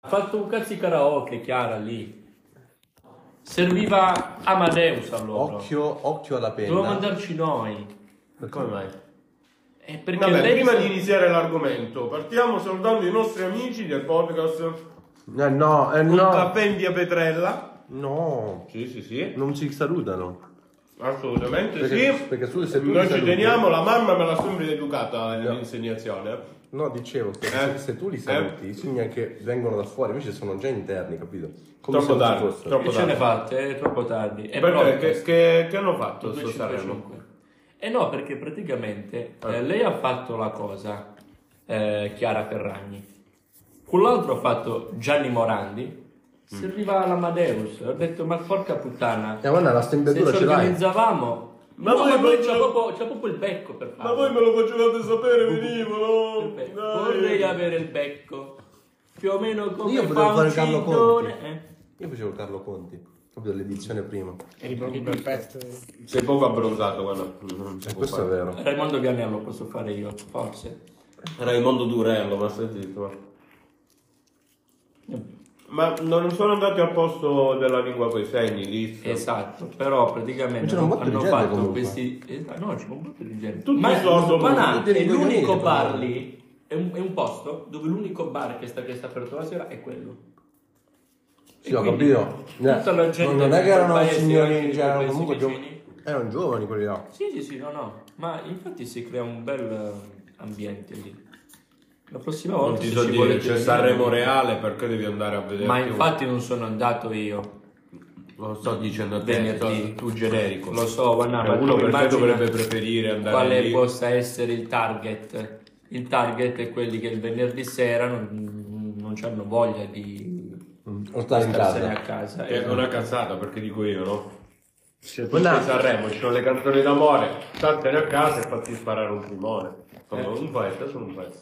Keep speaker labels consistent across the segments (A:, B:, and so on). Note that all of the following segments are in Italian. A: Ha fatto un cazzo di karaoke, Chiara, lì. Serviva Amadeus allora.
B: Occhio, occhio alla penna.
A: Dovevamo mandarci noi.
B: Perché?
A: Come mai? Eh, perché
C: Vabbè,
A: lei
C: prima di iniziare l'argomento, partiamo salutando i nostri amici del podcast
B: Eh, no, eh,
C: Un
B: no.
C: caffè in via Petrella.
B: No,
C: Sì, sì, sì.
B: non ci salutano.
C: Assolutamente
B: Perché-
C: sì.
B: perché scusa, se tu
C: Noi
B: li
C: ci
B: saluti-
C: teniamo, la mamma me l'ha sempre educata nell'insegnazione.
B: No, dicevo che
C: Eh.
B: se, se tu li
C: Eh.
B: saluti, significa che vengono da fuori, invece sono già interni, capito?
C: Troppo
B: se non ci
C: tardi,
B: fossero.
C: troppo
A: Che ce ne fate? È troppo tardi. È
C: Perché?
A: pronto.
C: Che, che- che hanno fatto sto Sanremo?
A: 255. Eh no, perché praticamente
C: Ah.
A: eh, lei ha fatto la cosa, eh, Chiara Ferragni. Quell'altro ha fatto Gianni Morandi.
C: Mm.
A: Serviva l'Amadeus. Ho detto, ma porca puttana.
B: Eh, guarda, la
A: Se
B: stembiatura
A: ci
B: ce l'hai.
A: organizzavamo...
C: Ma
A: Ma no,
C: voi
A: ma noi
C: voi-
A: c'ha, proprio, c'ha proprio il becco per farlo.
C: Ma voi me lo facevate sapere,
A: Il
C: venivano.
A: becco.
C: Dai.
A: Vorrei avere il becco. Più o meno come
B: Io
A: fa
B: potevo
A: un
B: fare Carlo
A: cintone,
B: Conti.
A: eh.
B: Io facevo Carlo Conti, proprio dell'edizione prima.
D: Eri proprio perfetto.
C: Sei poco abbronzato, guarda. Non si
B: Eh,
C: può
B: questo è
C: fare.
B: vero.
A: Raimondo Ganello posso fare io, forse.
C: Raimondo Durello, ma stai zitto. va.
A: Eh,
C: Ma non sono andati a posto della lingua coi segni, lì.
A: Esatto, però praticamente
B: C'era un botto di
A: hanno
B: gente
A: fatto
B: comunque.
A: questi... eh, No, c'è un botto di gente.
C: Tutti
A: Ma
C: sordo,
A: ma no,
B: tutti
A: è
B: rincoglioniti,
A: l'unico
B: però.
A: bar lì, è un, è un posto dove l'unico bar che sta, che sta aperto la sera è quello.
B: Sì,
A: E
B: ho
A: quindi
B: capito.
A: tutta la
B: No,
A: gente
B: non è
A: del
B: che erano
A: paese, anche
B: signori,
A: dei
B: cioè, erano
A: paesi
B: comunque
A: vicini.
B: giovani. Erano giovani quelli là.
A: Sì, sì, sì, no, no. Ma infatti si crea un bel eh, ambiente lì. La prossima volta...
C: Non ti
A: se
C: so
A: ci
C: dire,
A: volete
C: c'è
A: venire-
C: Sanremo Reale, perché devi andare a vedere?
A: Ma infatti non sono andato io.
C: Lo sto dicendo a te,
A: Venerdì.
C: sto- tu generico.
A: Lo so, guarda,
C: Eh,
A: ma
C: uno
A: tu
C: perché
A: immagina
C: dovrebbe preferire andare
A: quale
C: lì?
A: possa essere il target. Il target è quelli che il venerdì sera non, non hanno voglia di
B: O stare Mm, in
A: starsene a
B: casa.
A: casa.
C: Che è
A: Esatto.
C: una cazzata, perché dico io, no? Se tu
B: Guarda-
C: sei Sanremo, ci sono le canzoni d'amore, statene a casa e fatti sparare un timone. Insomma,
A: Eh.
C: un pezzo sono un pezzo.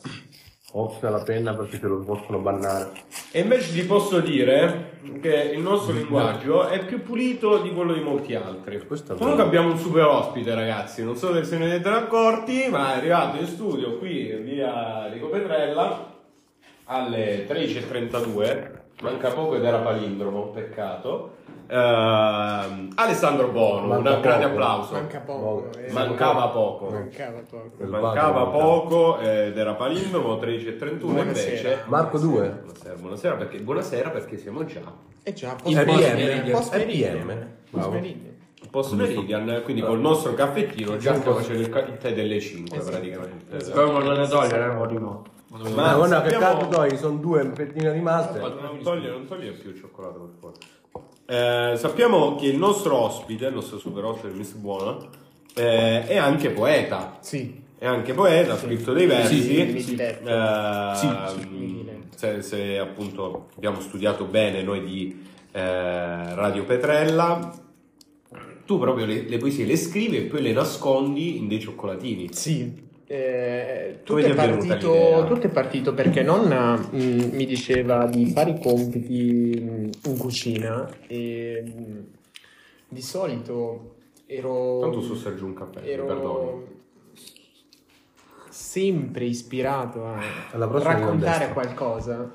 B: Occhio alla penna perché te lo possono bannare.
C: E invece ti posso dire che il nostro
B: Mm,
C: linguaggio è più pulito di quello di molti altri.
B: Questo è
C: Comunque
B: vero.
C: abbiamo un super ospite, ragazzi. Non so se ne siete accorti, ma è arrivato in studio qui via Rico Petrella alle 13.32. Manca poco ed era palindromo, peccato. Ehm, Alessandro Bono,
B: Manca
C: un grande
B: poco.
C: applauso.
D: Manca poco.
B: No,
D: eh.
C: Mancava poco.
D: Mancava poco.
C: Mancava poco eh, ed era palindromo 13.31
D: Buonasera.
C: invece.
B: Marco 2.
C: Buonasera, buonasera perché, buonasera perché siamo già
D: E già,
A: Il
B: RPM.
A: post-meridian.
B: RPM. Bravo.
C: post meridian, quindi
D: Ah.
C: col nostro caffettino già stiamo facendo il, ca- il tè delle 5
D: Esatto.
C: praticamente.
A: Eh,
C: Eh,
A: Come non ne togliere, Morimo?
B: Ma guarda che
C: stiamo-
B: cazzo dai, sono due fettine rimaste.
C: Non toglie, non toglie più il cioccolato per favore. Eh, sappiamo che il nostro ospite, il nostro super ospite Miss Buona, eh, è anche poeta.
D: Sì.
C: È anche poeta, ha scritto dei versi.
D: Sì, sì.
C: Eh,
D: sì.
C: se, se appunto abbiamo studiato bene noi di eh, Radio Petrella, tu proprio le, le poesie le scrivi e poi le nascondi in dei cioccolatini.
D: Sì. Eh, tutto,
C: Come ti
D: è
C: è venuta
D: partito,
C: l'idea?
D: tutto è partito perché nonna mh, mi diceva di fare i compiti mh, in cucina e mh, di solito ero...
C: Tanto so se aggiungo un cappello, perdono.
D: sempre ispirato a
B: Alla prossima
D: raccontare
B: grandezza.
D: qualcosa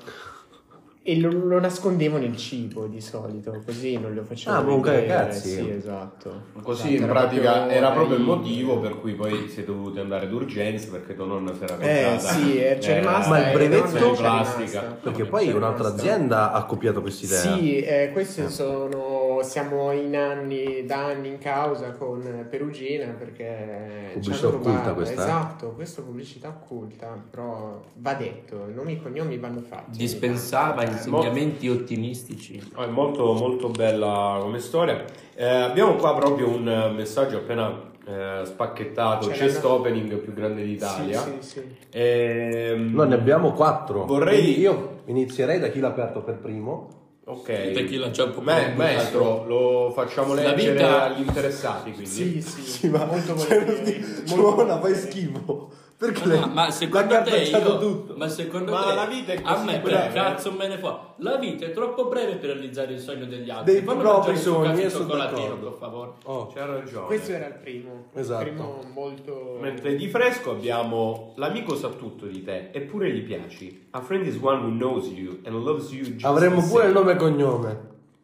D: e lo, lo nascondevo nel cibo di solito, così non lo facevo.
B: Ah, comunque,
D: vedere.
B: cazzi.
D: Sì, esatto.
C: Così
D: Esatto,
C: in pratica era proprio il
D: ai-
C: motivo per cui poi siete dovuti andare d'urgenza perché tua nonna si era
D: Eh
C: comprata.
D: sì, eh, c'è
C: eh,
D: rimasta.
B: Ma il
D: eh, no,
B: brevetto-
D: no, c'è
C: in plastica.
D: rimasta.
B: Perché
D: C'è
B: poi un'altra
D: rimasta.
B: azienda ha copiato questa idea.
D: Sì, eh, questi sono. Siamo in anni, da anni in causa con Perugina perché. ci
B: Pubblicità
D: hanno
B: occulta
D: rubato.
B: questa, eh?
D: Esatto, questa è pubblicità occulta, però va detto, nomi e cognomi vanno fatti.
A: Dispensava
D: Eh,
A: insegnamenti ottimistici.
C: Ah, È molto, molto bella come storia. Eh, abbiamo qua proprio un eh, messaggio appena eh, spacchettato,
D: Ce
C: chest
D: l'hanno-
C: opening più grande d'Italia.
D: Sì, sì, sì.
C: Ehm,
B: Noi ne abbiamo quattro.
C: Vorrei-
B: Quindi Io inizierei da chi l'ha aperto per primo.
C: Ok.
A: Tequila c'è un po'
C: Me-
A: più
C: maestro, lo facciamo
A: La
C: leggere
A: vita-
C: agli interessati, quindi.
D: Sì, sì,
B: Sì, ma
D: molto
B: cioè,
D: volentieri.
B: sti-
D: Molto
B: Giovanna, fai
D: volentieri.
B: schifo. Perché
A: Ma,
B: lei
A: no, ma
B: l'ha
A: secondo te
B: cartacciato
A: io,
B: tutto?
A: ma secondo
C: Ma
A: te
C: la vita è
A: a
C: così
A: me
C: breve?
A: per cazzo me ne fa la vita è troppo breve per realizzare il sogno degli altri
B: Dei
A: Fammi
B: propri
A: mangiare sto
B: sogni,
A: cazzo
B: io
A: di
B: sono
A: cioccolatino,
B: d'accordo.
A: per favore
B: Oh,
C: C'ha ragione.
D: Questo era il primo.
B: Esatto.
D: Il primo molto...
C: Mentre di fresco abbiamo L'amico sa tutto di te, eppure gli piaci. A friend is one who knows you and loves you just
A: cioè,
B: avremmo
C: the
B: pure il
C: same.
B: nome e cognome.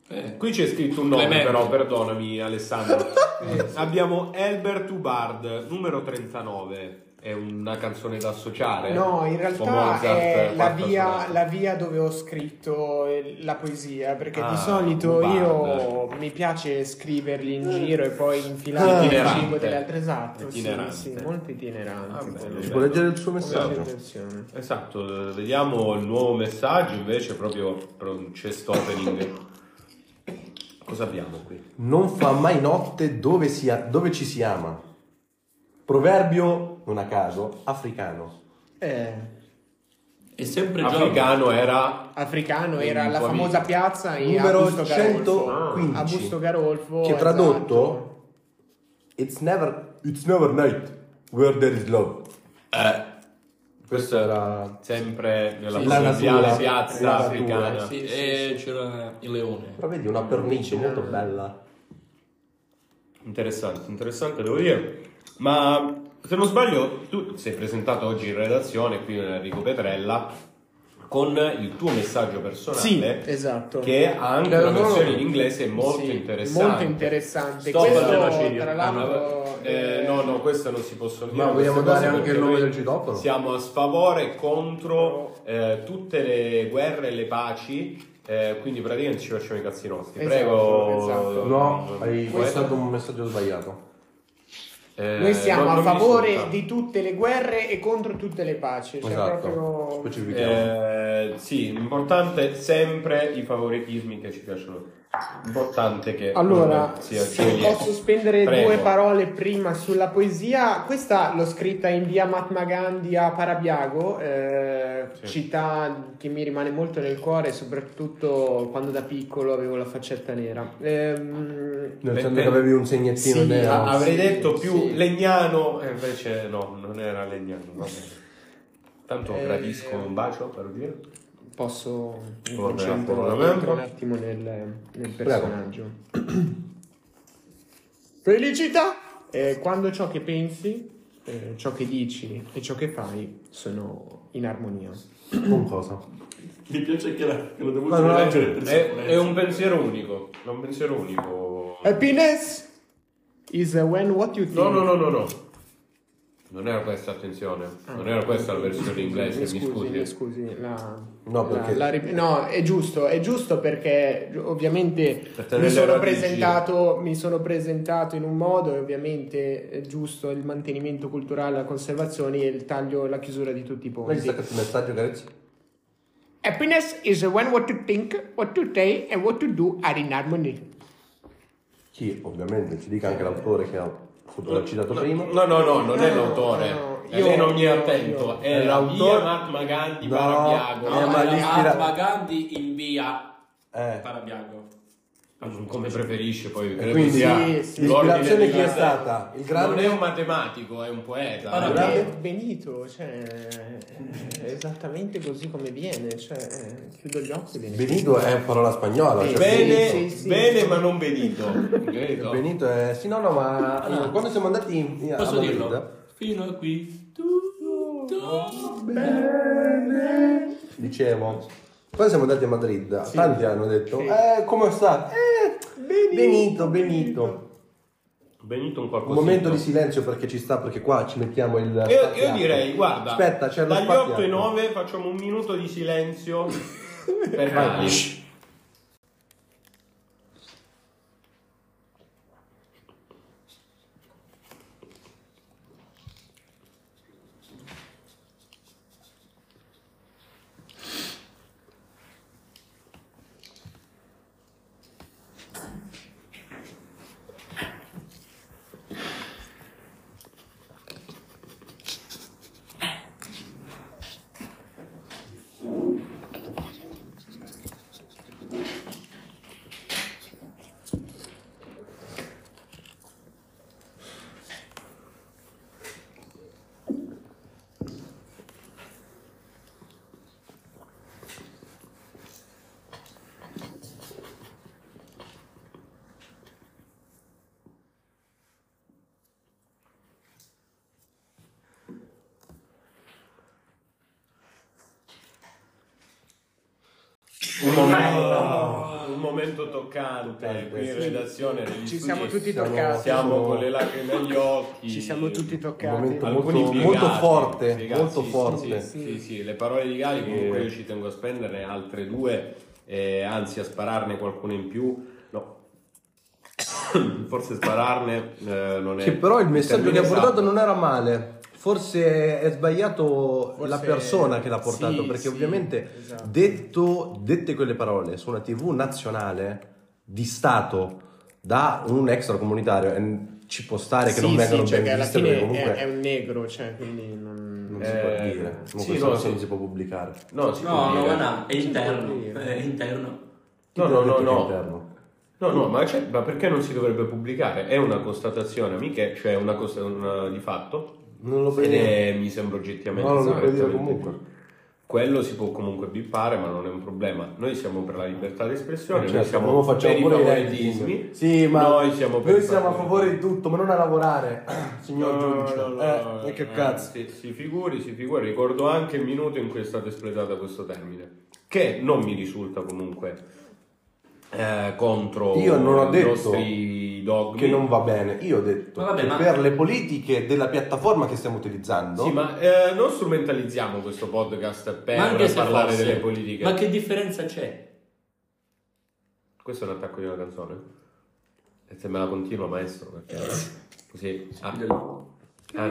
A: Eh,
C: Qui c'è scritto un nome,
A: Clemente.
C: però, perdonami, Alessandro. Eh, abbiamo Albert Ubard, numero 39. È una canzone da associare?
D: No, in
C: Con
D: realtà
C: Eh, Mozart, eh,
D: è la
C: quarta
D: via,
C: sonata.
D: la via dove ho scritto eh, la poesia, perché
C: Ah,
D: di solito
C: un
D: io
C: bard.
D: mi piace scriverli in giro e poi infilarli nel
C: Itinerante.
D: cibo delle altre esatto, sì,
C: Itinerante.
D: sì, molto itinerante.
C: Ah, bello,
B: Si
C: bello.
B: può leggere il suo
D: Come
B: messaggio?
D: situazione.
C: Esatto, eh, vediamo il nuovo messaggio invece proprio pro- c'è stopering. Cosa abbiamo qui?
B: Non fa mai notte dove, si a- dove ci si ama. Proverbio, non a caso, africano.
D: Eh,
A: è sempre giorno
C: Africano era
D: africano
C: Quindi
D: era la
C: tuo amico.
D: famosa piazza in
B: Numero
D: Augusto Garolfo.
B: 115.
D: Augusto Garolfo.
B: Che
D: esatto.
B: tradotto? It's never, it's never night where there is love. Questa era...
C: eh, sempre nella
B: Sì, la
C: provinciale
B: natura. La
C: piazza
B: natura,
C: africana.
A: Sì, e c'era il leone
B: Però vedi, una pernice molto bella.
C: Interessante, interessante devo dire. Ma se non sbaglio, tu sei presentato oggi in redazione qui da Enrico Petrella con il tuo messaggio personale.
D: Sì, esatto.
C: Che ha anche una
D: Però no,
C: versione in inglese molto
D: sì,
C: interessante.
D: Molto interessante.
C: Stop al
D: Questo,
C: genocidio.
D: tra l'altro,
C: Eh,
D: eh,
C: no, no, questo non si possono dire.
B: Ma vogliamo
C: queste cose
B: dare anche
C: perché
B: il nome
C: noi
B: del citofono?
C: Siamo a sfavore contro eh, tutte le guerre e le paci. eh, quindi praticamente ci facciamo i cazzi nostri.
D: Esatto,
C: Prego.
D: esatto.
B: No, hai
C: Poeta.
B: passato un messaggio sbagliato.
C: Eh,
D: Noi siamo
C: non-
D: a
C: non mi
D: favore
C: risulta.
D: di tutte le guerre e contro tutte le paci. Cioè
B: Esatto,
D: proprio...
B: specifichiamo.
C: Eh, sì, l'importante è sempre i favoritismi che ci piacciono. L'importante è che
D: Allora,
C: eh, sia
D: se
C: gioioso.
D: posso spendere
C: Prego.
D: due parole prima sulla poesia, questa l'ho scritta in via Mahatma Gandhi a Parabiago, eh,
C: Sì.
D: città che mi rimane molto nel cuore, soprattutto quando da piccolo avevo la faccetta nera. Ehm,
B: Nel
C: Beh,
B: senso
C: beh.
B: che avevi un segnettino
D: Sì,
B: nero.
C: Ah, avrei
D: Sì,
C: detto più
D: sì.
C: legnano, e invece no, non era legnano. va bene. Tanto
D: Eh,
C: gradisco un bacio per dire.
D: posso mi
C: Vabbè,
D: concentro
C: vabbè.
D: entro un attimo nel, nel personaggio. Felicità è quando ciò che pensi, eh, ciò che dici e ciò che fai sono in armonia.
B: Con cosa?
A: mi piace che, la, che l'ho dovuto
B: Ma no,
A: leggere per
C: È,
A: sicurezza.
C: è un pensiero unico. È un pensiero unico.
D: Happiness is uh, when what you think.
C: No, no, no, no, no. Non era questa, attenzione. Non era questa la versione inglese, mi
D: Mi scusi,
C: scusi.
D: mi scusi. La,
B: No,
D: la-
B: perché-
D: la rip- no, è giusto, è giusto perché ovviamente
C: Per tenere
D: mi
C: le
D: sono,
C: radici.
D: presentato, mi sono presentato in un modo e ovviamente è giusto il mantenimento culturale, la conservazione e il taglio e la chiusura di tutti i
B: Lei
D: ponti.
B: sa questo messaggio, Garezzi?
D: Happiness is uh, when what you think, what you say and what you do are in harmony.
B: Chi ovviamente ci dica anche l'autore che ha appunto l'ha citato prima.
C: No, no, no, non è
D: No,
C: l'autore.
D: no,
C: Eh,
D: io-
C: lei non mi è
D: io-
C: attento.
D: io-
C: È la via
B: l'autore-
C: Mahatma Gandhi
B: No,
C: Parabiago.
A: no,
B: Eh, ma
A: ma
B: lì ispira-
A: Mahatma Gandhi in via
B: Eh.
A: Parabiago
C: Ah, Come preferisce poi. credo
B: Quindi
C: sia
D: sì,
C: l'ordine
B: l'ispirazione
C: dei
B: chi è
C: grandi.
B: stata? Il
C: Non è
B: grande
C: un matematico, è un poeta.
A: Ah, no,
C: Eh,
D: Eh,
B: Guardate.
D: Benito, cioè, è esattamente così come viene, cioè, eh, chiudo gli occhi e viene.
B: Benito è parola spagnola,
D: Sì,
B: cioè
C: Bene,
D: sì, sì,
C: bene
D: sì.
C: ma non benito.
B: Benito-
C: Credo.
B: Benito è sì no no, ma allora, quando siamo andati in, in-
A: posso
B: a Ah, Madrid,
A: dirlo? fino a qui tutto bene
B: dicevo quando siamo andati a Madrid, tanti hanno detto "Eh, come sta? Eh, Benito, Benito.
C: Benito un
B: Un
C: qualcosa.
B: momento di silenzio perché ci sta perché qua ci mettiamo il
C: Io, io
B: spaziato.
C: direi, guarda,
B: Aspetta, c'è lo
C: dagli
B: spaziato.
C: 8 ai 9 facciamo un minuto di silenzio per
B: Vai.
C: Cali. momento, Ah, un momento toccante, qui in redazione negli
D: Ci
C: studi
D: siamo tutti
B: siamo-
D: toccati.
C: siamo con le lacrime agli occhi.
D: Ci siamo tutti toccati.
B: Un momento
C: Alcuni
B: molto,
C: piegati,
B: molto forte,
C: piegati,
B: molto
C: sì,
B: forte. Eh.
C: Sì, sì, sì, le parole di Gali comunque io ci tengo a spendere altre due, eh, anzi a spararne qualcuna in più. No. Forse spararne eh, non è
B: Che però il messaggio che ha
C: termine
B: portato
C: esatto.
B: non era male. Forse è sbagliato
D: Forse-
B: la persona che l'ha portato,
D: sì,
B: perché
D: sì,
B: ovviamente
D: esatto.
B: detto- dette quelle parole su una TV nazionale di Stato da un extracomunitario e ci può stare che non
D: Sì,
B: vengano
D: sì, cioè,
B: ben
D: che alla
B: viste
D: fine
B: perché
D: è-
B: comunque
D: è, un negro, cioè, quindi non...
B: non si può
C: Eh,
B: dire.
C: sì,
B: Comunque
C: no,
B: questo
C: sì.
B: non si può pubblicare.
C: No, si può
A: No, no,
C: dire.
A: no, è interno.
D: dire.
A: È interno.
B: Chi
C: No,
B: ti
C: no,
B: ha detto che
C: no,
B: è
C: no.
B: interno?
C: No, no, ma, c'è- ma perché non si dovrebbe pubblicare? È una constatazione, amiche, cioè una cosa una- di fatto.
B: Non lo puoi
C: Ed
B: dire.
C: è, mi sembra oggettivamente
B: No, non lo puoi dire
C: correttamente
B: comunque.
C: giusto. Quello si può comunque bippare, ma non è un problema. Noi siamo per la libertà di espressione, noi
B: Certo,
C: siamo
B: non lo facciamo
C: per i
B: pure i
C: favoritismi.
B: rating. Sì, ma
C: noi siamo, per
B: noi
C: i
B: siamo a favore di
C: favoritismi.
B: tutto, ma non a lavorare, signor giudice.
C: No, no, no,
B: eh,
C: no,
B: e che
C: no,
B: cazzo.
C: Si, si figuri, si figuri. Ricordo anche il minuto in cui è stato espletato questo termine, che non mi risulta comunque eh, contro
B: Io non ho
C: i
B: detto
C: nostri dogmi.
B: Che non va bene. Io ho detto
A: Ma vabbè,
B: che
A: ma-
B: per le politiche della piattaforma che stiamo utilizzando,
C: Sì, ma eh, non strumentalizziamo questo podcast Eh, per
A: Ma anche se
C: parlare
A: fosse-
C: delle politiche.
A: Ma che differenza c'è?
C: Questo è un attacco di una canzone. E se me la continua, maestro, perché così. Ah. Ah.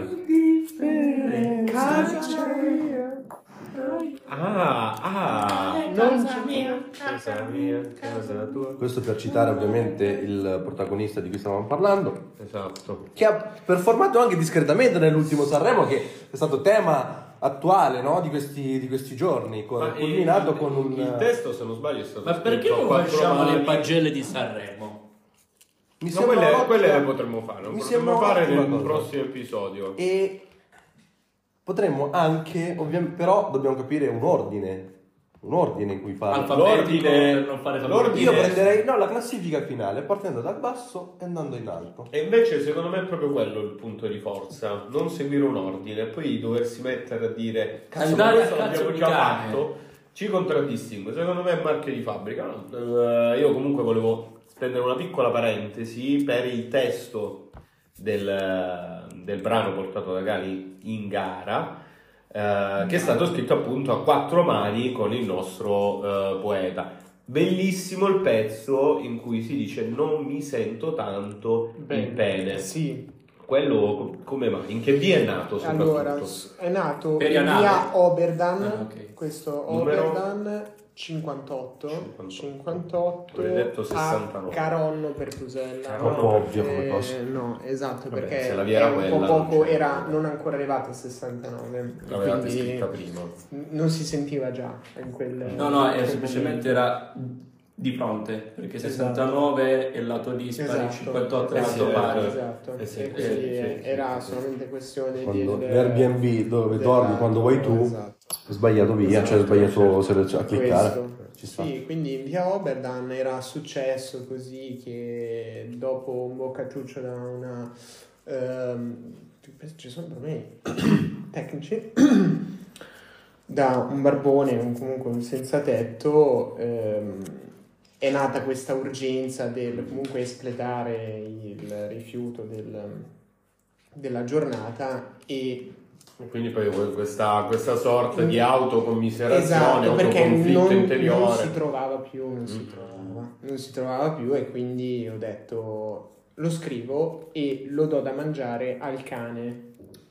C: Ah, ah.
E: Casa mia,
C: Casa mia, casa tua.
B: questo per citare ovviamente il protagonista di cui stavamo parlando,
C: Esatto.
B: che ha performato anche discretamente nell'ultimo Sanremo, che è stato tema attuale no? di, questi, di questi giorni, con,
C: Ma eh,
B: culminato
C: il-
B: con un...
C: Il testo, se non sbaglio, è stato
A: Ma perché
C: scritto a
A: non
C: quattro
A: facciamo
C: mani.
A: le pagelle di Sanremo?
B: Mi
C: No, quelle,
B: ottima-
C: quelle le potremmo fare. Lo
B: mi sembra
C: potremmo fare
B: ottima
C: nel
B: cosa.
C: prossimo episodio.
B: e potremmo anche, ovviamente, però dobbiamo capire un ordine, un ordine in cui farlo.
A: Alfa-
C: L'ordine-
A: per non fare favori.
C: l'ordine-
B: Io prenderei no, la classifica finale partendo dal basso e andando in alto.
C: E invece secondo me è proprio quello il punto di forza, non seguire un ordine, poi doversi mettere a dire cazzo ma
A: Andare
C: questo
A: a cazzo
C: l'abbiamo
A: di
C: già
A: cane."
C: fatto, ci contraddistingue, secondo me è marchio di fabbrica. No, eh, io comunque volevo prendere una piccola parentesi per il testo del, del brano portato da Gali in gara, eh, che è stato scritto appunto a quattro mani con il nostro eh, poeta. Bellissimo il pezzo in cui si dice non mi sento tanto il bene.
D: Sì,
C: Quello co- come mai? In che via è nato soprattutto?
D: allora, s- è nato
A: Per
D: in
A: Ianale.
D: via Oberdan,
A: Ah, ok.
D: questo
C: Numero?
D: Oberdan 58,
C: 58.
D: 58,
C: Avrei detto 69.
D: a Caronno Pertusella.
C: Caronno.
B: Troppo ovvio come
D: Eh,
B: cosa.
D: No, esatto,
C: Vabbè,
D: perché
C: se la via era
D: era un
C: quella,
D: po'
C: non
D: poco,
C: c'era.
D: era non ancora arrivata a 69,
C: L'avevate
D: quindi
C: scritta prima.
D: non si sentiva già in quel
A: No, no,
D: in
A: è
D: quel
A: semplicemente
D: momento.
A: era di fronte, perché
D: Esatto.
A: 69 è il lato dispari, 58 è il
D: esatto,
A: lato
C: sì,
A: pari.
D: esatto.
C: Eh sì,
D: E quindi
C: eh, sì, sì,
D: era
C: sì.
D: solamente questione
B: Quando
D: di
B: l'Airbnb dove
D: della-
B: dormi quando vuoi tu,
D: esatto.
B: Sbagliato via, cioè sbagliato selezio- a cliccare.
D: Questo.
B: Ci sta.
D: Sì, quindi in via Oberdan era successo così che dopo un boccacciuccio da una... ehm, ci sono problemi tecnici. da un barbone o comunque un senza tetto ehm, è nata questa urgenza del comunque espletare il rifiuto del- della giornata e
C: Quindi poi que- questa, questa sorta di autocommiserazione,
D: Mm. Esatto, perché
C: autoconflitto
D: non,
C: interiore.
D: non si trovava più, non si
C: Mm.
D: trovava, non si trovava più e quindi ho detto lo scrivo e lo do da mangiare al cane.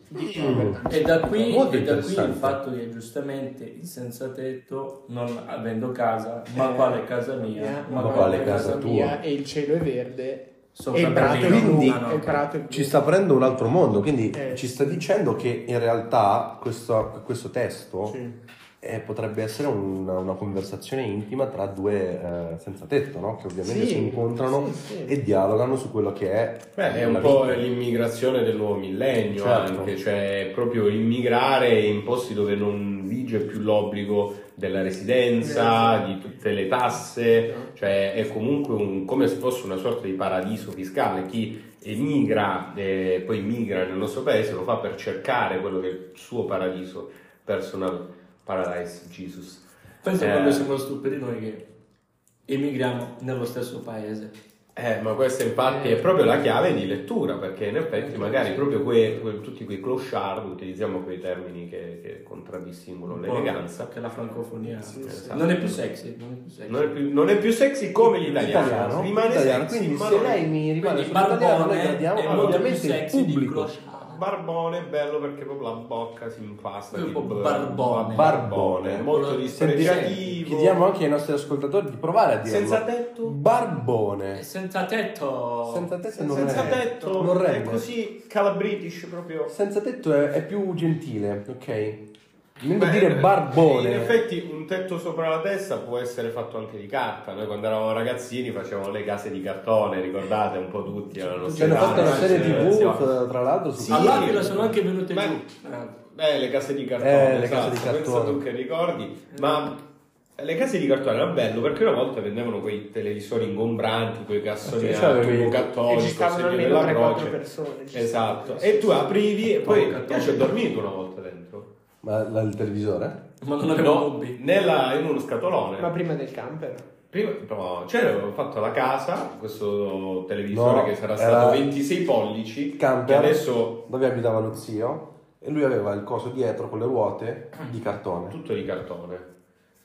D: Diciamo, di Robert.
A: E da qui,
B: Molto
A: e da qui il
B: interessante.
A: fatto che giustamente il senza tetto, non avendo casa, ma quale casa mia,
D: Eh,
A: ma,
B: ma
A: quale
B: quale casa
A: casa
B: tua?
D: Mia, e il cielo è verde
A: Sopra
D: e il prato è blu,
B: Quindi-
D: e il prato è blu.
B: Ci sta aprendo un altro mondo, quindi
D: Eh.
B: ci sta dicendo che in realtà questo, questo testo
D: Sì.
B: eh, potrebbe essere un- una conversazione intima tra due eh, senza tetto, no? che ovviamente
D: Sì,
B: si incontrano
D: sì, sì.
B: e dialogano su quello che è.
C: Beh, è
B: la
C: un po'
B: vita.
C: l'immigrazione del nuovo millennio
B: Certo.
C: anche, cioè proprio immigrare in posti dove non vige più l'obbligo della residenza,
D: Esatto.
C: di tutte le tasse,
D: No.
C: cioè è comunque un- come se fosse una sorta di paradiso fiscale. Chi emigra e poi migra nel nostro paese lo fa per cercare quello che è il suo paradiso, personal paradise Jesus.
A: Penso
C: Eh.
A: quando siamo stupidi noi che emigriamo nello stesso paese.
C: Eh, ma questa infatti è proprio la chiave di lettura, perché in effetti magari proprio que- que- tutti quei clochard, utilizziamo quei termini che, che contraddistinguono l'eleganza,
A: Che la francofonia
C: esatto.
A: non è più sexy. Non è più sexy.
C: non è più, non è più sexy come l'italiano,
B: Italiano,
C: rimane
B: italiano.
C: sexy,
B: Quindi
C: ma
B: se
C: non è-
B: lei mi rimane
A: Quindi
B: sull'italiano, noi
A: Barbone
B: guardiamo
A: è
C: ah,
A: molto più
B: ovviamente il
A: sexy di
B: pubblico.
A: Clochard.
C: Barbone è bello perché proprio la bocca si impasta.
A: Proprio
C: tipo-
A: barbone.
C: Barbone, molto
A: Senti,
B: Senti,
C: dispregiativo.
B: Chiediamo anche ai nostri ascoltatori di provare a dirlo.
C: Senza tetto.
A: È
B: Barbone.
A: Senza tetto.
B: Senza tetto non
C: Senza
B: è.
C: tetto.
B: non
C: è
B: regge.
C: così calabritish proprio.
B: Senza tetto è, è più gentile, ok? Mentre
C: Beh,
B: dire barbone.
C: In effetti un tetto sopra la testa può essere fatto anche di carta. Noi quando eravamo ragazzini facevamo le case di cartone, ricordate un po' tutti. Hanno
B: ci hanno fatto una serie tv, tra- tra l'altro, su
C: Sì.
A: All'Aquila sono anche venute
C: Ma-
A: giù. Bravo.
C: Eh, le case di cartone,
B: Eh, le case
C: esatto,
B: di cartone.
C: pensa tu che ricordi, ma le case di cartone era bello perché una volta vendevano quei televisori ingombranti, quei cassoni
B: Sì,
C: a
B: Eh, c'avevi-
C: tubo
D: E
C: cattolico,
D: ci stavano
C: segno
D: almeno
C: della
D: 3-4
C: croce.
D: persone. ci
C: Esatto,
D: stavano.
C: e tu aprivi e
A: Tubo
C: poi
A: cattolico.
C: io ci ho dormito una volta dentro.
B: Ma la- il televisore?
A: Ma non avevo
C: No,
A: dubbi.
C: nella- in uno scatolone.
D: Ma prima del camper.
C: Prima, no, c'era, avevo fatto la casa, questo televisore
B: No,
C: che sarà
B: era-
C: stato 26 pollici,
B: Il camper
C: che adesso
B: dove abitava lo zio e lui aveva il coso dietro con le ruote di cartone.
C: tutto di cartone,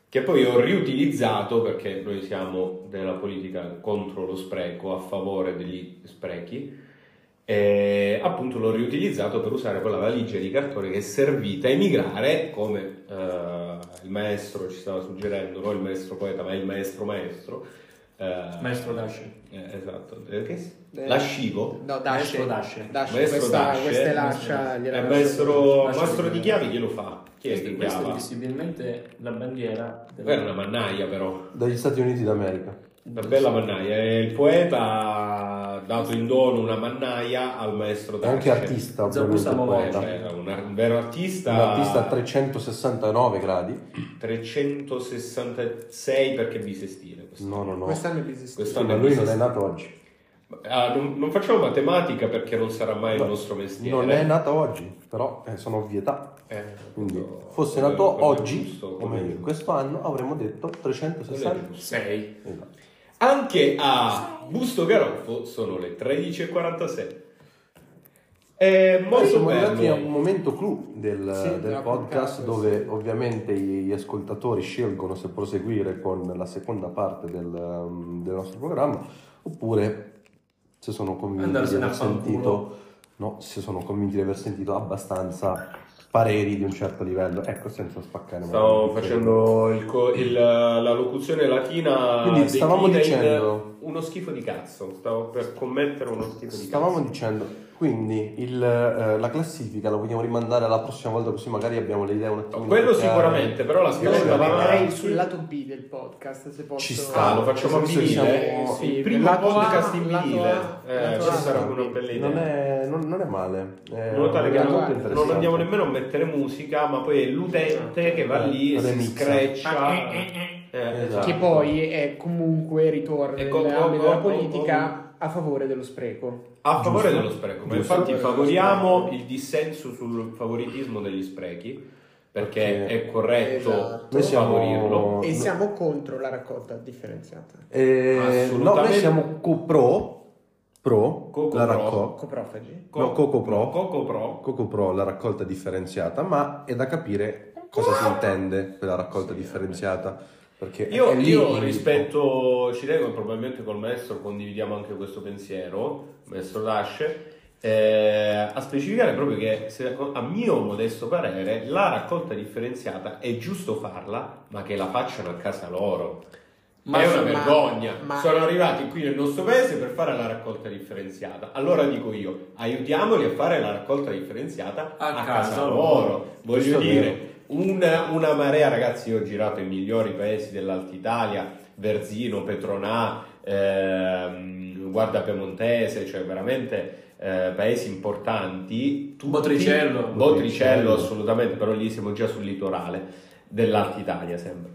C: che poi ho riutilizzato perché noi siamo della politica contro lo spreco, a favore degli sprechi, e appunto l'ho riutilizzato per usare quella valigia di cartone che è servita a emigrare, come eh, il maestro ci stava suggerendo, non il maestro poeta, ma il maestro maestro. eh,
A: Maestro Dash.
C: Eh, esatto, Eh, che s-
D: Eh,
C: lascivo.
D: No, Dash.
A: Maestro Dasce.
D: Dash,
C: Maestro
D: questa,
C: Dasce.
D: queste lascia
C: Eh,
D: gliela
C: maestro,
A: Lascia
C: mastro
A: libero.
C: di chiavi chi lo fa? Chi è che
A: Questa è
C: chiava?
A: visibilmente la bandiera
C: Quella Era una mannaia però,
B: Dagli Stati Uniti d'America.
C: una bella mannaia. E Il poeta ha dato in dono una mannaia al maestro
B: È
C: Dace.
B: anche artista, ovviamente.
A: Zambusa
C: Eh,
B: poeta.
A: Momota.
C: cioè, era un, un vero artista.
B: Un artista a 369 gradi.
C: 366 perché bisestile. questo.
B: No, no, no.
D: Quest'anno è business.
C: Quest'anno-
B: Ma lui non è nato oggi.
C: Ah, non, non facciamo matematica perché non sarà mai il nostro mestiere.
B: Non è nato oggi, però eh, sono ovvietà.
C: Eh,
B: Quindi
C: no,
B: fosse
C: quello-
B: nato
C: quello è
B: oggi,
C: giusto,
B: o
C: quello è
B: meglio,
C: giusto.
B: questo anno avremmo detto
C: Quello è
B: 360.
C: giusto.
A: 6.
B: Esatto.
C: Anche a Busto Garofo sono le 13.46. È
B: Poi
C: molto
B: siamo arrivati a un
C: bello.
B: momento clou del,
D: Sì,
B: del
D: della
B: podcast
D: puntata,
B: dove
D: sì.
B: ovviamente gli ascoltatori scelgono se proseguire con la seconda parte del, um, del nostro programma oppure se sono convinti di
A: Andarsene
B: aver
A: a fanculo.
B: sentito no, se sono convinti di aver sentito abbastanza pareri di un certo livello ecco senza spaccare
C: Stavo
B: magari.
C: facendo il co- il- la locuzione latina.
B: Quindi
C: dei
B: stavamo
C: Kinain,
B: dicendo-
C: Uno schifo di cazzo. Stavo per commettere uno schifo di
B: Stavamo
C: cazzo.
B: dicendo, quindi il, eh, la classifica la vogliamo rimandare alla prossima volta così magari abbiamo le idee un attimo.
C: Quello sicuramente, però la
D: Io
C: scaletta
D: lo
C: va
D: metterei
C: avanti.
D: sul lato B del podcast, se posso.
B: Ci sta,
C: Ah, lo facciamo a
B: Sì,
C: vinile.
B: siamo-
D: sì,
C: il primo
D: lato A,
C: podcast in
D: lato
C: vinile.
D: A,
C: Eh,
D: lato
C: questa
D: A.
C: sarà una bella idea.
B: Non è, non, non è male. È
C: Devo notare eh. che
B: è
D: Guarda,
B: molto
C: non,
B: interessante.
C: non andiamo nemmeno a mettere musica, ma poi è
B: Esatto.
C: l'utente che va lì e si
B: Remixa.
C: screccia. Eh,
B: Esatto.
D: Che poi è comunque ritorno
C: E con-
D: nell'ambito
C: con-
D: della
C: con-
D: politica a favore dello spreco.
C: A favore
B: Giusto.
C: dello spreco, ma
B: Giusto.
C: infatti favoriamo il dissenso sul favoritismo degli sprechi, perché
B: Ok.
C: è corretto
D: Esatto.
B: Noi siamo-
C: favorirlo.
B: No,
D: E
B: no.
D: siamo contro la raccolta differenziata.
B: Eh, no, noi
C: Assolutamente.
B: siamo co-pro, pro,
C: Co-co
B: la
C: pro.
B: raccolta.
D: Coprofagi.
B: No, Coco Pro.
C: Coco Pro.
B: Pro, la raccolta differenziata, ma è da capire cosa si intende per la raccolta
C: Sì,
B: differenziata. Perché è-
C: Io,
B: è lì il
C: io
B: limite.
C: rispetto, ci tengo probabilmente col maestro, condividiamo anche questo pensiero, maestro Dash, eh, a specificare proprio che se- a mio modesto parere la raccolta differenziata è giusto farla, ma che la facciano a casa loro.
D: Ma-
C: è una
D: ma-
C: vergogna.
D: ma-
C: Sono arrivati qui nel nostro paese per fare la raccolta differenziata. Allora dico io, aiutiamoli a fare la raccolta differenziata
A: A
C: a,
A: casa
C: casa,
A: loro.
C: loro. Voglio
B: Questo è
C: dire,
B: vero.
C: una, una marea, ragazzi, io ho girato i migliori paesi dell'Alta Italia, Verzino, Petronà, ehm, Guarda Piemontese, cioè veramente eh, paesi importanti. tutti-
A: Botricello.
C: Botricello, assolutamente, però lì siamo già sul litorale dell'Alta Italia, sembra.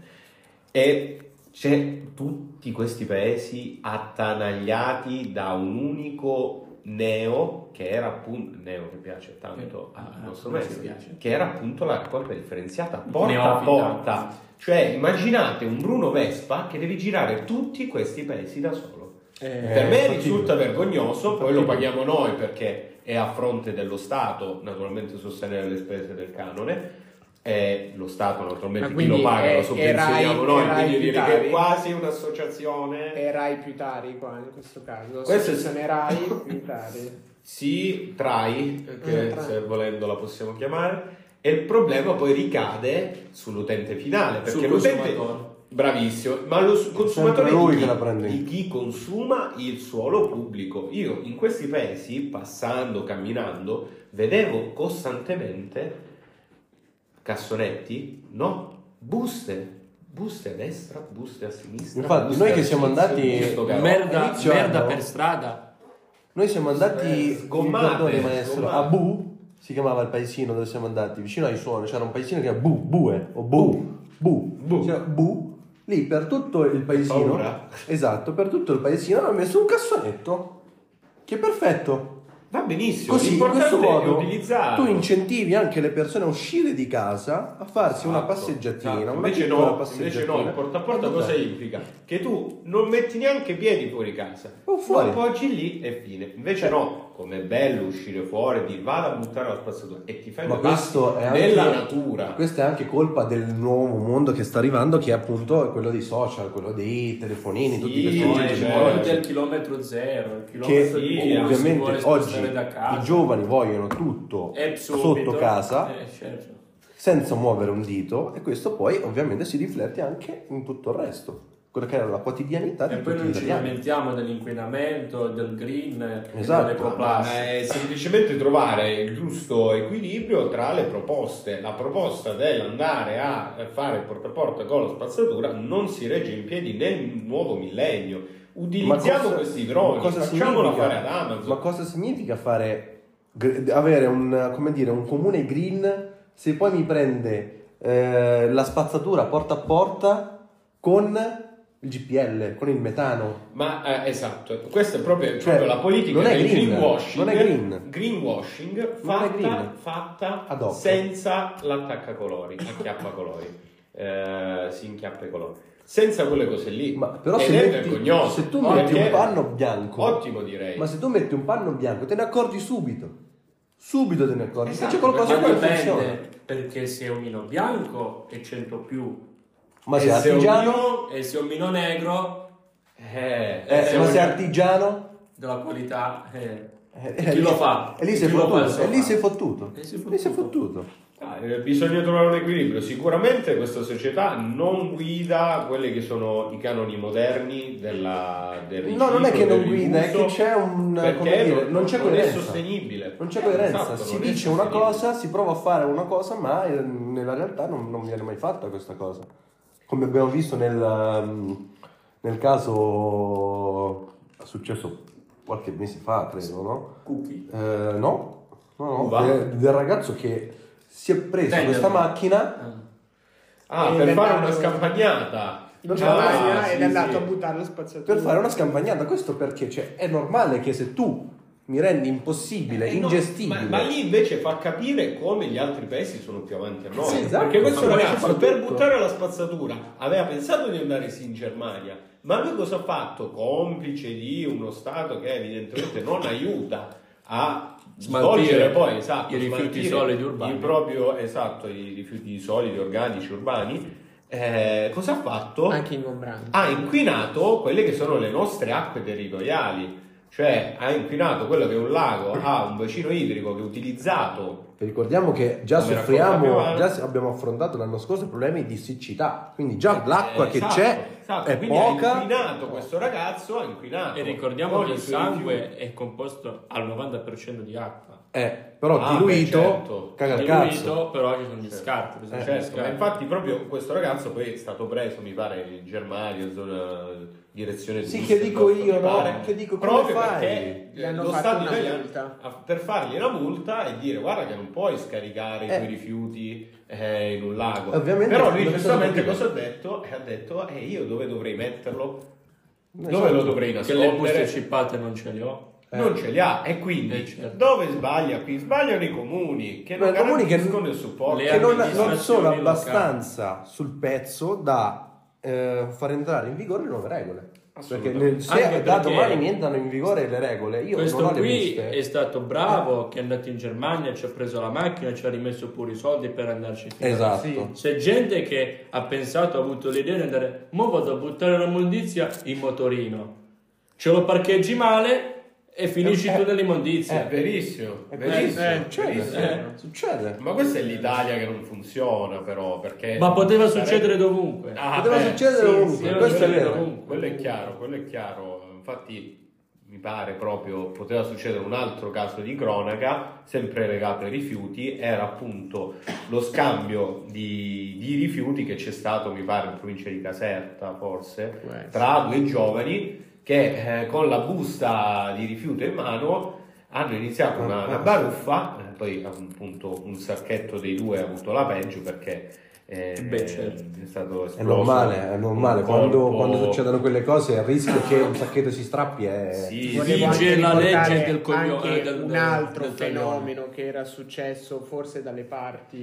C: E c'è tutti questi paesi attanagliati da un unico Neo, che era appunto Neo che piace tanto
A: Eh,
C: al
A: ah,
C: nostro
A: come ci
C: maestro,
A: piace.
C: che era appunto la raccolta differenziata porta a
A: Neofita.
C: porta. Cioè, immaginate un Bruno Vespa che deve girare tutti questi paesi da solo.
D: Eh,
C: per me risulta vergognoso, poi lo paghiamo noi perché è a fronte dello Stato, naturalmente sostenere le spese del canone. Eh, lo Stato naturalmente
D: Ma
C: chi lo
D: quindi
C: paga lo
D: è-
C: sovvenzioniamo
D: è Rai-
C: noi,
D: è Rai
C: quindi dire che è
D: Vitali?
C: quasi un'associazione.
D: E Rai più Tari qua in questo caso.
C: Questo
D: Questo
C: è-
D: sono Rai più Tari.
C: Sì, trai, che
D: Eh,
B: Mm.
D: trai.
C: se volendo la possiamo chiamare, e il problema poi ricade sull'utente finale, perché
A: Sul
C: l'utente...
A: consumatore.
C: Bravissimo, ma lo s- consumatore
B: sempre lui
C: di,
B: che la
C: chi,
B: prende.
C: di chi consuma il suolo pubblico. Io in questi paesi, passando, camminando, vedevo costantemente cassonetti, no? Buste, buste a destra, buste a sinistra.
B: Infatti,
C: buste
B: noi
C: a
B: che siamo
C: destra,
B: andati-
C: buste a destra.
A: Merda,
B: Inizio
A: merda
B: anno.
A: per strada.
B: Noi siamo andati
C: Eh, sgommate,
B: mi perdoni, maestro, a
C: sgommate.
B: Bu, si chiamava il paesino dove siamo andati, vicino ai suoni, c'era un paesino che era Bu, Bue o Bu, Bu,
C: Bu.
B: C'era Bu. Lì per tutto il paesino,
C: Paura.
B: esatto, per tutto il paesino hanno messo un cassonetto che è perfetto.
C: Va benissimo,
B: Così in
C: l'importante
B: questo
C: è
B: modo
C: utilizzarlo.
B: tu incentivi anche le persone a uscire di casa a farsi una
C: Esatto,
B: passeggiatina,
C: esatto.
B: una
C: invece
B: piccola
C: no, invece
B: passeggiatina.
C: no, il porta a porta cosa implica? Che tu non metti neanche piedi fuori casa,
B: O Oh, fuori.
C: lo appoggi lì e fine. Invece no, com'è bello uscire fuori, di vada a buttare la spazzatura e ti fai
B: Ma
C: due
B: questo
C: passi
B: è anche-
C: nella natura.
B: Questa è anche colpa del nuovo mondo che sta arrivando, che è appunto quello dei social, quello dei telefonini,
C: Sì,
B: tutti questi
A: Sì,
C: Oggi
A: c'è
C: ci
A: il
C: vuole-
A: monte al chilometro zero, il
B: che
A: chilometro di
C: sì,
A: cui si vuole
B: ovviamente oggi
A: spostare da casa.
B: i giovani vogliono tutto
A: E subito.
B: sotto casa
A: Eh, certo.
B: senza muovere un dito e questo poi ovviamente si riflette anche in tutto il resto, quella che era la quotidianità
A: E
B: di
A: poi
B: tutti gli
A: non ci
B: italiani.
A: lamentiamo dell'inquinamento, del green,
B: Esatto.
A: dell'ecoplastica.
C: è semplicemente trovare il giusto equilibrio tra le proposte. La proposta dell'andare a fare il porta a porta con la spazzatura non si regge in piedi nel nuovo millennio. Utilizziamo
B: cosa-
C: questi droni,
B: ma cosa
C: facciamola
B: significa?
C: fare ad Amazon.
B: Ma cosa significa fare gr- avere un, come dire, un comune green se poi mi prende eh, la spazzatura porta a porta con il GPL, con il metano?
C: Ma eh, esatto, questa è proprio,
B: Cioè,
C: proprio la politica
B: non è
C: del
B: green,
C: greenwashing,
B: non è green.
C: greenwashing
B: Non
C: fatta,
B: è green.
C: fatta
B: Ad hoc.
C: senza l'attaccacolori, acchiappacolori, eh, si inchiappa i colori, senza quelle cose lì.
B: Ma però
C: Ed
B: se,
C: è
B: metti-
C: vergognoso.
B: se tu
C: Ottimo.
B: metti un panno bianco,
C: Ottimo direi.
B: ma se tu metti un panno bianco te ne accorgi subito. Subito te ne accorgi.
C: Esatto,
B: C'è qualcosa
A: Ma
B: che non funziona.
A: dipende, perché se è omino bianco è 100 più.
B: Ma
A: e
B: sei
A: se è
B: artigiano?
A: omino- e se è omino negro,
C: Eh,
B: Eh,
A: se
B: ma
A: un-
B: sei artigiano?
A: della qualità... eh.
B: Eh,
A: E
B: eh,
A: chi lo fa?
B: E lì
A: E
B: sei
A: chi lo fa,
B: fottuto.
A: se
B: E
A: lo
B: eh, lì
A: fa.
B: sei fottuto.
A: E sei
B: Lì sei
A: fottuto.
B: fottuto.
C: Ah, eh, Bisogna trovare un equilibrio. Sicuramente questa società non guida quelli che sono i canoni moderni della, del riciclo.
B: No, non è che non
C: del
B: guida, è che
C: riuso,
B: c'è un-
C: perché
B: come dire, non c'è
C: è
B: coerenza.
C: sostenibile.
B: Non c'è coerenza,
C: Esatto,
B: si
C: non è
B: dice una
C: sostenibile.
B: cosa, si prova a fare una cosa, ma eh, nella realtà non, non viene mai fatta questa cosa. Come abbiamo visto nel, ehm, nel caso è successo qualche mese fa, credo, no?
A: Cookie.
B: Eh, no, no, no,
C: Uva.
B: de- del ragazzo che si è preso
A: Vendono.
B: questa macchina.
A: Ah.
C: Ah,
D: È
C: per fare
D: diventato-
C: una scampagnata.
D: In
C: Ah,
D: Germania
C: sì,
D: ed è andato
C: sì.
D: a buttare lo spazzatura.
B: per fare una scampagnata. Questo perché cioè, è normale che se tu mi rendi impossibile,
C: Eh, no,
B: ingestibile.
C: ma, ma lì invece fa capire come gli altri paesi sono più avanti a noi.
B: Sì, esatto.
C: Perché questo
B: Ma
C: ragazzo
B: soprattutto-
C: per buttare la spazzatura aveva pensato di andare sì in Germania, ma lui cosa ha fatto? Complice di uno Stato che evidentemente non aiuta a
A: Smaltire
C: svolgere poi esatto,
A: i rifiuti
C: smaltire
A: solidi urbani.
C: il proprio- esatto, i rifiuti solidi organici urbani. Eh, cosa ha fatto?
D: Anche ingombrante.
C: ha inquinato quelle che sono le nostre acque territoriali, cioè ha inquinato quello che è un lago, ha un bacino idrico che è utilizzato.
B: E Ricordiamo che già
C: Come
B: soffriamo,
C: raccontavamo.
B: già s- abbiamo affrontato l'anno scorso problemi di siccità, quindi già l'acqua
C: Eh,
B: che
C: esatto,
B: c'è
C: esatto.
B: è
C: Quindi Ha
B: poca.
C: inquinato questo ragazzo, ha inquinato.
A: E ricordiamo
C: Con
A: che
C: i
A: il
C: suoi rifiuti.
A: sangue è composto al 90% di acqua.
B: Eh, però
C: Ah,
B: diluito,
C: beh, certo.
B: caga il cazzo. Eh,
A: Diluito, però ci sono gli scarti. bisogna fare gli
C: Certo, ma
A: scarti.
C: infatti proprio questo ragazzo poi è stato preso, mi pare, in Germania, in zona direzione
B: Sì,
C: di
B: che dico
C: Düsseldorf,
B: io,
C: mi
B: no?
C: pare.
B: Che dico, come
C: proprio
B: fai?
C: perché eh,
D: Gli hanno
C: lo
D: fatto
C: Stato
D: una
C: italiano
D: multa.
C: a- per fargli una multa e dire guarda che non puoi scaricare i
B: Eh.
C: tuoi rifiuti eh, in un lago.
B: Ovviamente
C: Però
B: non
C: lui
B: so
C: giustamente
B: capire.
C: cosa ha detto? E ha detto "Eh, io dove dovrei metterlo?
B: Esatto.
C: Dove lo dovrei
A: Che le buste
C: nascondere?
A: cippate non ce le ho.
C: non ce li ha e quindi
A: Eh, certo.
C: dove sbaglia qui? Sbagliano i comuni che non
B: Beh, comuni che-
C: garantiscono il supporto.
A: Le
B: che non,
A: amministrazioni
B: non sono
A: locali.
B: abbastanza sul pezzo da eh, far entrare in vigore le nuove regole. Perché
A: Assolutamente.
B: nel- se
A: Anche
B: da
A: perché-
B: domani mi entrano in vigore le regole, io
A: Questo
B: non ho le
A: qui
B: buste. Eh.
A: è stato bravo che è andato in Germania, ci ha preso la macchina, ci ha rimesso pure i soldi per andarci fino.
B: Esatto.
D: Sì.
A: C'è gente che ha pensato, ha avuto l'idea di andare, mo vado a buttare la mondizia in motorino. Ce lo parcheggi male e finisci tu
C: È
A: nell'immondizia.
C: verissimo,
B: Eh. È
C: è
B: verissimo,
C: verissimo,
B: succede,
C: verissimo.
B: eh, succede.
C: Ma questa è l'Italia che non funziona però perché
A: Ma poteva
C: eh, sarebbe-
A: succedere dovunque.
C: Ah,
B: Poteva
C: beh,
B: succedere
C: sì,
B: ovunque,
C: sì,
B: questo è
A: succedere
B: vero.
A: dovunque.
C: Quello è chiaro, quello è chiaro. Infatti mi pare proprio poteva succedere un altro caso di cronaca, sempre legato ai rifiuti, era appunto lo scambio di, di rifiuti che c'è stato, mi pare, in provincia di Caserta, forse,
D: Può essere.
C: tra due giovani che eh, con la busta di rifiuto in mano hanno iniziato una, una baruffa, eh, poi appunto un sacchetto dei due ha avuto la peggio perché eh,
A: Beh, certo.
C: è stato
B: È
C: esploso
B: normale, è normale.
C: un
B: Quando,
C: colpo.
B: quando succedono quelle cose il rischio che un sacchetto si strappi è...
C: Sì,
A: Vorrei
C: sì.
D: Volevo anche
A: Vige la
D: ricordare
A: legge del coglio-
D: anche
A: eh, del-
D: un
A: del-
D: altro
A: del taglione.
D: fenomeno che era successo forse dalle parti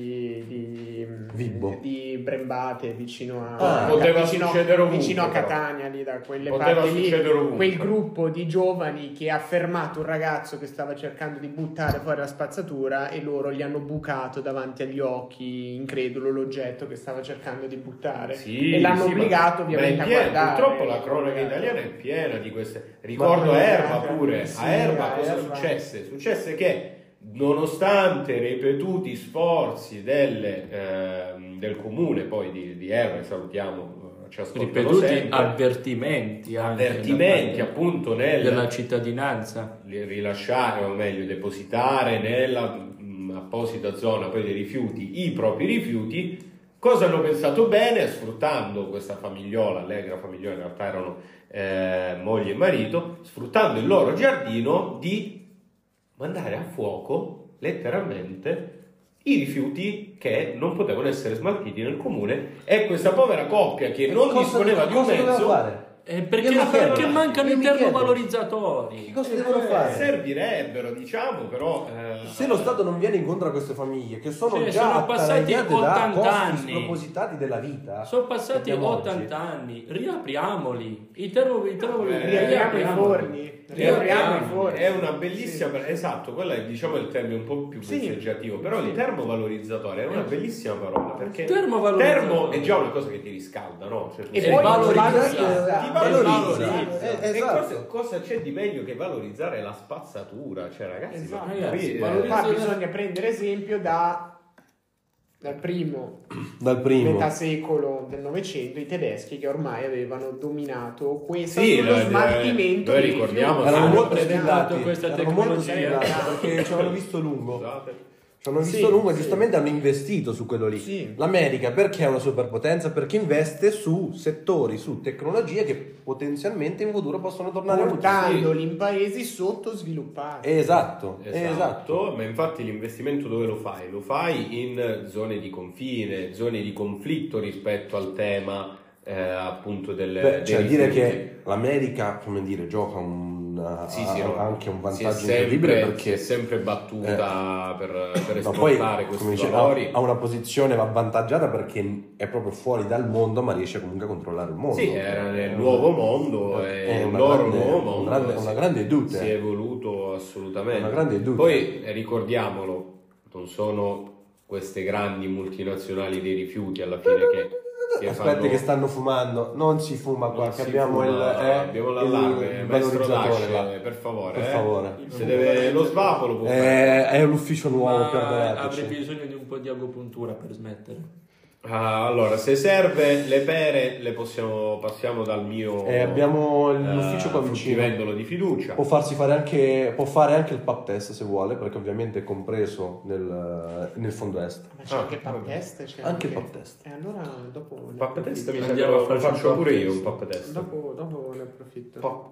D: di, mm,
B: Vibo.
D: di Brembate vicino
B: Ah,
D: a,
C: poteva
D: vicino,
C: succedere ovunque,
D: vicino a
C: però.
D: Catania lì da quelle
C: Poteva
D: parti lì
C: succedere ovunque.
D: quel gruppo di giovani che ha fermato un ragazzo che stava cercando di buttare fuori la spazzatura e loro gli hanno bucato davanti agli occhi incredulo l'oggetto che stava cercando di buttare
C: Sì,
D: eh, e l'hanno
C: sì,
D: obbligato
C: ma-
D: ovviamente
C: ma è
D: a
C: pieno.
D: guardare Eh, certo.
C: Purtroppo la cronaca italiana è piena di queste.
D: Ma
C: Ricordo a
D: poi
C: Erba
D: anche-
C: pure.
D: sì,
C: A Erba
D: a
C: cosa
D: Erba.
C: successe? Successe che nonostante ripetuti sforzi delle, ehm, del comune poi di, di Erba, che salutiamo, eh, ci ascoltano
A: Ripetuti
C: sempre,
A: avvertimenti anche
C: avvertimenti
A: da parte
C: appunto nel
A: della cittadinanza.
C: li- rilasciare o meglio depositare nella mh, apposita zona poi dei rifiuti i propri rifiuti cosa hanno pensato bene sfruttando questa famigliola allegra famigliola in realtà erano eh, moglie e marito sfruttando il loro giardino di mandare a fuoco letteralmente i rifiuti che non potevano essere smaltiti nel comune e questa povera coppia che non
B: Cosa-
C: disponeva di un
B: cosa doveva
C: mezzo
B: fare?
A: Eh, perché,
B: Io mi chiedo-
A: perché mancano
B: io mi chiedo-
A: termovalorizzatori.
B: Che
C: Eh,
B: cosa devono fare?
C: servirebbero diciamo però eh,
B: Se lo Stato non viene incontro a queste famiglie che sono
A: Cioè,
B: già
A: sono passati
B: attanagliate da
A: 80
B: costi
A: anni.
B: spropositati della vita,
A: Sono passati
B: che abbiamo
A: 80
B: oggi.
A: anni, riapriamoli. I termo, i termo-
C: Eh,
D: riapriamo i
A: riapriamoli.
D: forni riapriamo i
A: Riapriamo.
D: forni
C: È una bellissima, par- esatto, quello è diciamo il termine un po' più
D: Sì.
C: besseggiativo, però il termovalorizzatore è una bellissima parola perché
A: Termovalorizzatore.
C: termo è già una cosa che ti riscalda, no? Cioè, tu
D: E
C: sei-
D: poi
A: valorizza.
C: ti
B: valorizza.
C: valorizza.
B: Eh,
C: E
B: esatto.
C: cosa, cosa c'è di meglio che valorizzare la spazzatura? Cioè, ragazzi,
B: Ah,
D: Esatto,
C: ma
A: ragazzi,
C: qui, eh,
A: valorizza-
D: Qua bisogna prendere esempio da, dal primo
B: Dal primo.
D: metà secolo del Novecento i tedeschi che ormai avevano dominato questo
C: Sì,
D: sullo
C: eh,
D: smaltimento
C: noi
D: dei
C: ricordiamo
D: rifiuti.
B: Erano
A: Hanno
B: molto
A: presentato
B: sfidati,
A: questa
B: erano molto
A: tecnologia.
B: sfidati, perché ci avevano visto
C: Esatto.
B: lungo.
C: scusate.
B: Ci hanno visto
D: Sì,
B: lungo e
D: sì.
B: giustamente hanno investito su quello lì.
D: Sì.
B: L'America perché è una superpotenza? Perché investe su settori, su tecnologie che potenzialmente in futuro possono tornare a utili.
D: portandoli in paesi sottosviluppati.
B: Esatto,
C: Esatto,
B: esatto.
C: ma infatti l'investimento dove lo fai? Lo fai in zone di confine, zone di conflitto rispetto al tema eh, appunto del...
B: Beh,
C: dei
B: cioè dire
C: rifiuti.
B: che l'America, come dire, gioca un,
C: Sì, sì,
B: ha-
C: no.
B: Ah, anche un
C: Si è
B: vantaggio
C: sempre-
B: incredibile
C: si
B: perché Eh.
C: è sempre battuta per, per
B: ma poi,
C: esportare
B: come Ah,
C: questi
B: dicevo,
C: valori.
B: ha- ha una posizione avvantaggiata perché è proprio fuori dal mondo, ma riesce comunque a controllare il mondo.
C: Sì, era nel
B: ah,
C: nuovo mondo,
B: È
C: e il
B: ah, eh, una
C: loro
B: grande-
C: nuovo
B: un
C: mondo
B: grande- una
C: si-
B: grande dote.
C: Si è evoluto assolutamente.
B: Una grande dote.
C: Poi eh, ricordiamolo, non sono queste grandi multinazionali dei rifiuti alla fine che, che
B: Aspetta
C: fanno-
B: che stanno fumando, non si fuma qua,
C: Non
B: che
C: si
B: abbiamo
C: fuma,
B: il, eh,
C: abbiamo l'allarme,
B: il
C: maestro
B: valorizzatore
C: Dash,
B: là.
C: per favore,
B: Per
C: eh.
B: favore.
C: Se deve lo svapo lo può fare.
B: Eh, è l'ufficio nuovo,
A: Ma avrei
B: perdonateci.
A: bisogno di un po' di agopuntura per smettere.
C: Ah, allora, se serve le pere le possiamo passiamo dal mio
B: Eh, abbiamo l'ufficio
C: eh,
B: qua vicino. Oh,
C: fruttivendolo di fiducia.
B: Può, farsi fare anche, può fare anche il pub test se vuole, perché ovviamente è compreso nel, nel fondo est.
D: Ma c'è
C: Ah,
D: anche il pub
C: vabbè.
D: test. C'è
B: Anche il pub test.
D: E allora dopo ne
C: Pap test mi sa che
A: Andiamo
C: lo
A: a farci un
C: faccio
A: pap
C: pure io
A: test.
C: un pap test.
D: Dopo, dopo ne approfitto.
C: Pap,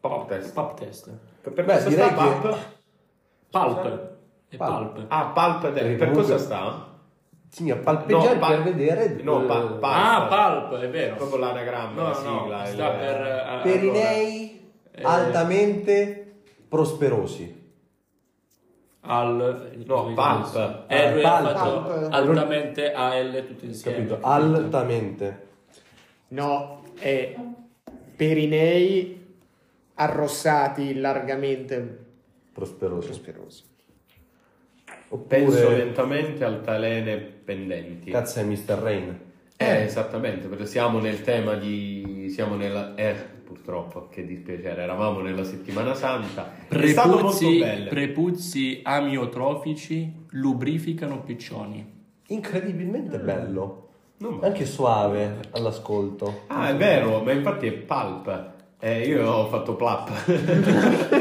C: pap test.
A: Pop test.
C: Per, per
B: Beh,
C: cosa
B: direi
C: sta
B: che-
A: Cioè,
C: pap?
A: Pulp. E
B: Pulp.
A: pulp.
C: Ah, pulp test.
B: Perché
C: Per
B: Eh, comunque-
C: cosa sta?
B: Sì, a palpeggiare
C: No, pa-
B: per vedere...
C: no, pa-
B: eh,
C: pa-
A: Ah, pulp, è
C: È
A: vero.
C: proprio l'anagramma,
A: No, eh,
C: la
A: no,
C: sigla. il-
A: sta per... eh,
B: per i
A: allora,
B: nei
A: eh,
B: altamente Prosperosi.
A: Al
C: No, pump.
A: R è
B: Pump.
A: fatto
D: Pump.
A: altamente AL tutto insieme.
B: Capito? Altamente.
D: No, è perinei arrossati largamente
B: Prosperosi.
D: prosperosi.
C: Penso
B: Oppure...
C: lentamente al talene pendenti.
B: Cazzo è Mr. Rain.
C: Eh, esattamente, perché siamo nel tema di... siamo nella... Eh, purtroppo, che dispiacere, eravamo nella settimana santa. è stato molto
A: Prepuzzi,
C: bello.
A: prepuzzi amiotrofici lubrificano piccioni.
B: Incredibilmente bello.
C: Mm. Non male.
B: Anche suave all'ascolto.
C: Ah, è vero, ma infatti è pulp. Eh, io ho fatto plap. che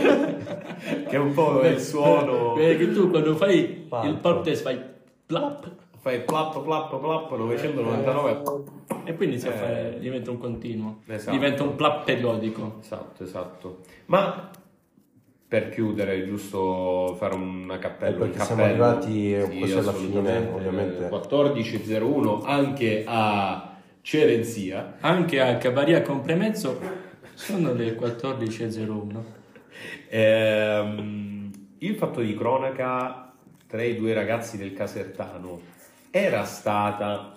C: è un po' è il suono...
A: Perché tu quando fai
B: Pulp.
A: il pulp test fai plap
C: Fai plap, plap, plap, 999.
A: e poi inizia a
C: Eh.
A: fare, diventa un continuo,
C: Esatto.
A: diventa un plap periodico.
C: Esatto, esatto. Ma per chiudere, è giusto fare una
B: Eh,
C: cappella.
B: perché
C: un
B: siamo
C: cappello.
B: arrivati, eh, quasi alla
C: assolutamente. Eh,
B: fine, ovviamente.
C: 14.01 anche a Cerenzia.
A: Anche a Cabaria Compremezzo sono le 14.01.
C: Ehm, il fatto di cronaca tra i due ragazzi del Casertano era stata...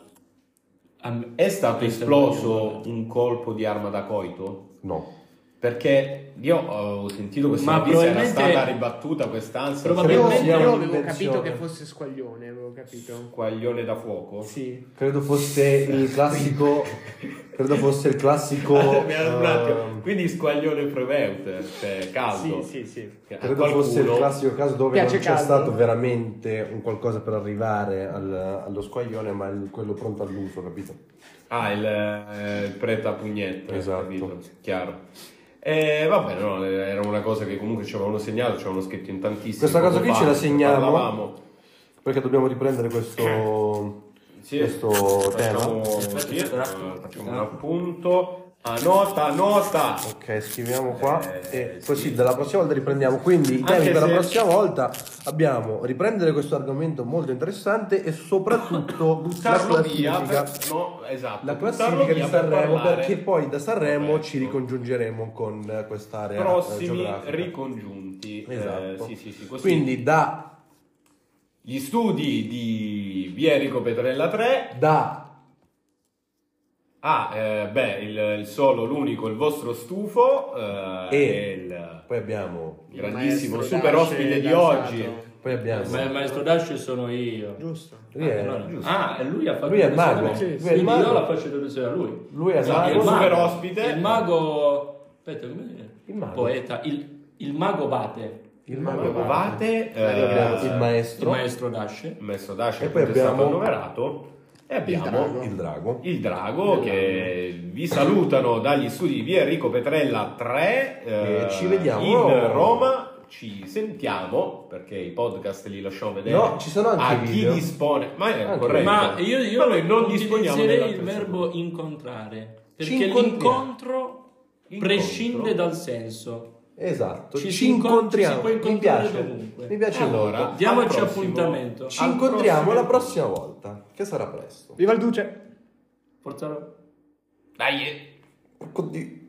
A: Am-
C: È stato
A: Questo è
C: esploso un colpo di arma da coito?
B: No.
C: Perché io ho sentito questa
A: Ma
C: notizia, era
A: probabilmente-
C: stata ribattuta quest'ansia.
A: Probabilmente-
D: Io, io avevo
B: un'invenzione.
D: capito che fosse squaglione, avevo capito.
C: Squaglione da fuoco.
D: Sì.
B: Credo fosse il classico... credo fosse il classico...
C: Un attimo.
B: ehm,
C: Quindi squaglione preveuter, cioè caldo.
D: Sì, sì, sì.
C: Che a
B: Credo
C: qualcuno-
B: fosse il classico caso dove
D: Piace
B: non c'è
D: caldo.
B: stato veramente un qualcosa per arrivare al- allo squaglione, ma il- quello pronto all'uso, capito?
C: Ah, il, eh, il prete a pugnetto.
B: Esatto.
C: capito? Chiaro. Eh, vabbè, no, era una cosa che comunque ci avevano segnato, ci avevano scritto in tantissimi.
B: Questa cosa
C: poco
B: qui ce
C: fa,
B: la segnaliamo.
C: parlavamo.
B: Perché dobbiamo riprendere questo,
C: Sì.
B: questo
C: Facciamo,
B: tema.
A: Aspetta,
C: sì,
A: aspetta.
C: eh, facciamo un appunto. Anota, nota.
B: Ok, scriviamo qua
C: Eh,
B: e così
C: sì.
B: dalla prossima volta riprendiamo. Quindi i temi
C: Anche
B: per la
C: se-
B: prossima volta abbiamo riprendere questo argomento molto interessante e soprattutto
C: buttarlo
B: la
C: via
B: classifica.
C: per, no, esatto,
B: La
C: buttarlo
B: classifica
C: via
B: di
C: per
B: Sanremo
C: parlare
B: perché poi da Sanremo
C: Vabbè, ecco.
B: ci ricongiungeremo con eh, quest'area eh,
C: prossimi
B: geografica.
C: ricongiunti. Eh,
B: Esatto.
C: sì, sì, sì, così.
B: Quindi da,
C: gli studi di Vierico Petrella 3
B: da
C: Ah, eh, beh, il, il solo, l'unico, il vostro stufo eh,
B: E-
C: e il
B: poi abbiamo
C: grandissimo
D: maestro
C: super
D: Dace
C: ospite di
D: danzato.
C: oggi.
B: poi abbiamo
A: Ma il maestro Dash sono io.
D: Giusto.
B: lui
A: Ah, no,
B: è,
A: no. Ah, e lui ha fatto
B: Lui è
A: il mago.
B: mago. Lui è
A: Quindi
B: il mago.
A: io la faccio deduzione a lui.
B: lui è
C: Esatto,
A: Il
C: il
B: mago.
C: super ospite.
A: Il mago. Aspetta, come dire?
B: Il mago.
A: Poeta. Il, il mago Vate.
B: il
C: Mago
B: mago
C: Vate,
B: Poi abbiamo il
C: eh,
A: Il
B: maestro il,
A: maestro Dash.
C: messo Dacia
B: E poi
C: che è stato
B: abbiamo-
C: annoverato e abbiamo
D: drago.
B: drago
C: Il Drago che vi salutano dagli studi di via Enrico Petrella 3. eh,
B: E ci vediamo.
C: in Roma. Ci sentiamo perché i podcast li lasciamo vedere.
B: No, ci sono anche
C: a
B: i video.
C: Eh. Ah, chi dispone. Ma è
B: Anche.
C: corretto.
A: Ma io, io
C: Ma noi non disponiamo
A: utilizzerei il
C: della terza
A: verbo
C: persona.
A: incontrare.
B: Ci
A: Perché
B: incontriamo.
A: l'incontro
C: Incontro.
A: prescinde dal senso.
B: esatto
A: Ci
B: ci,
A: si incon-
B: incontriamo
A: ci si può
B: mi
A: incontrare
B: piace
A: dovunque.
B: mi piace
C: Allora,
B: allora
A: Diamoci
C: al prossimo.
A: appuntamento.
B: ci
C: al
B: incontriamo
C: prossimo.
B: la prossima volta che sarà presto
D: Viva il Duce!
A: Forza.
C: Dai. eh.
B: Oddio.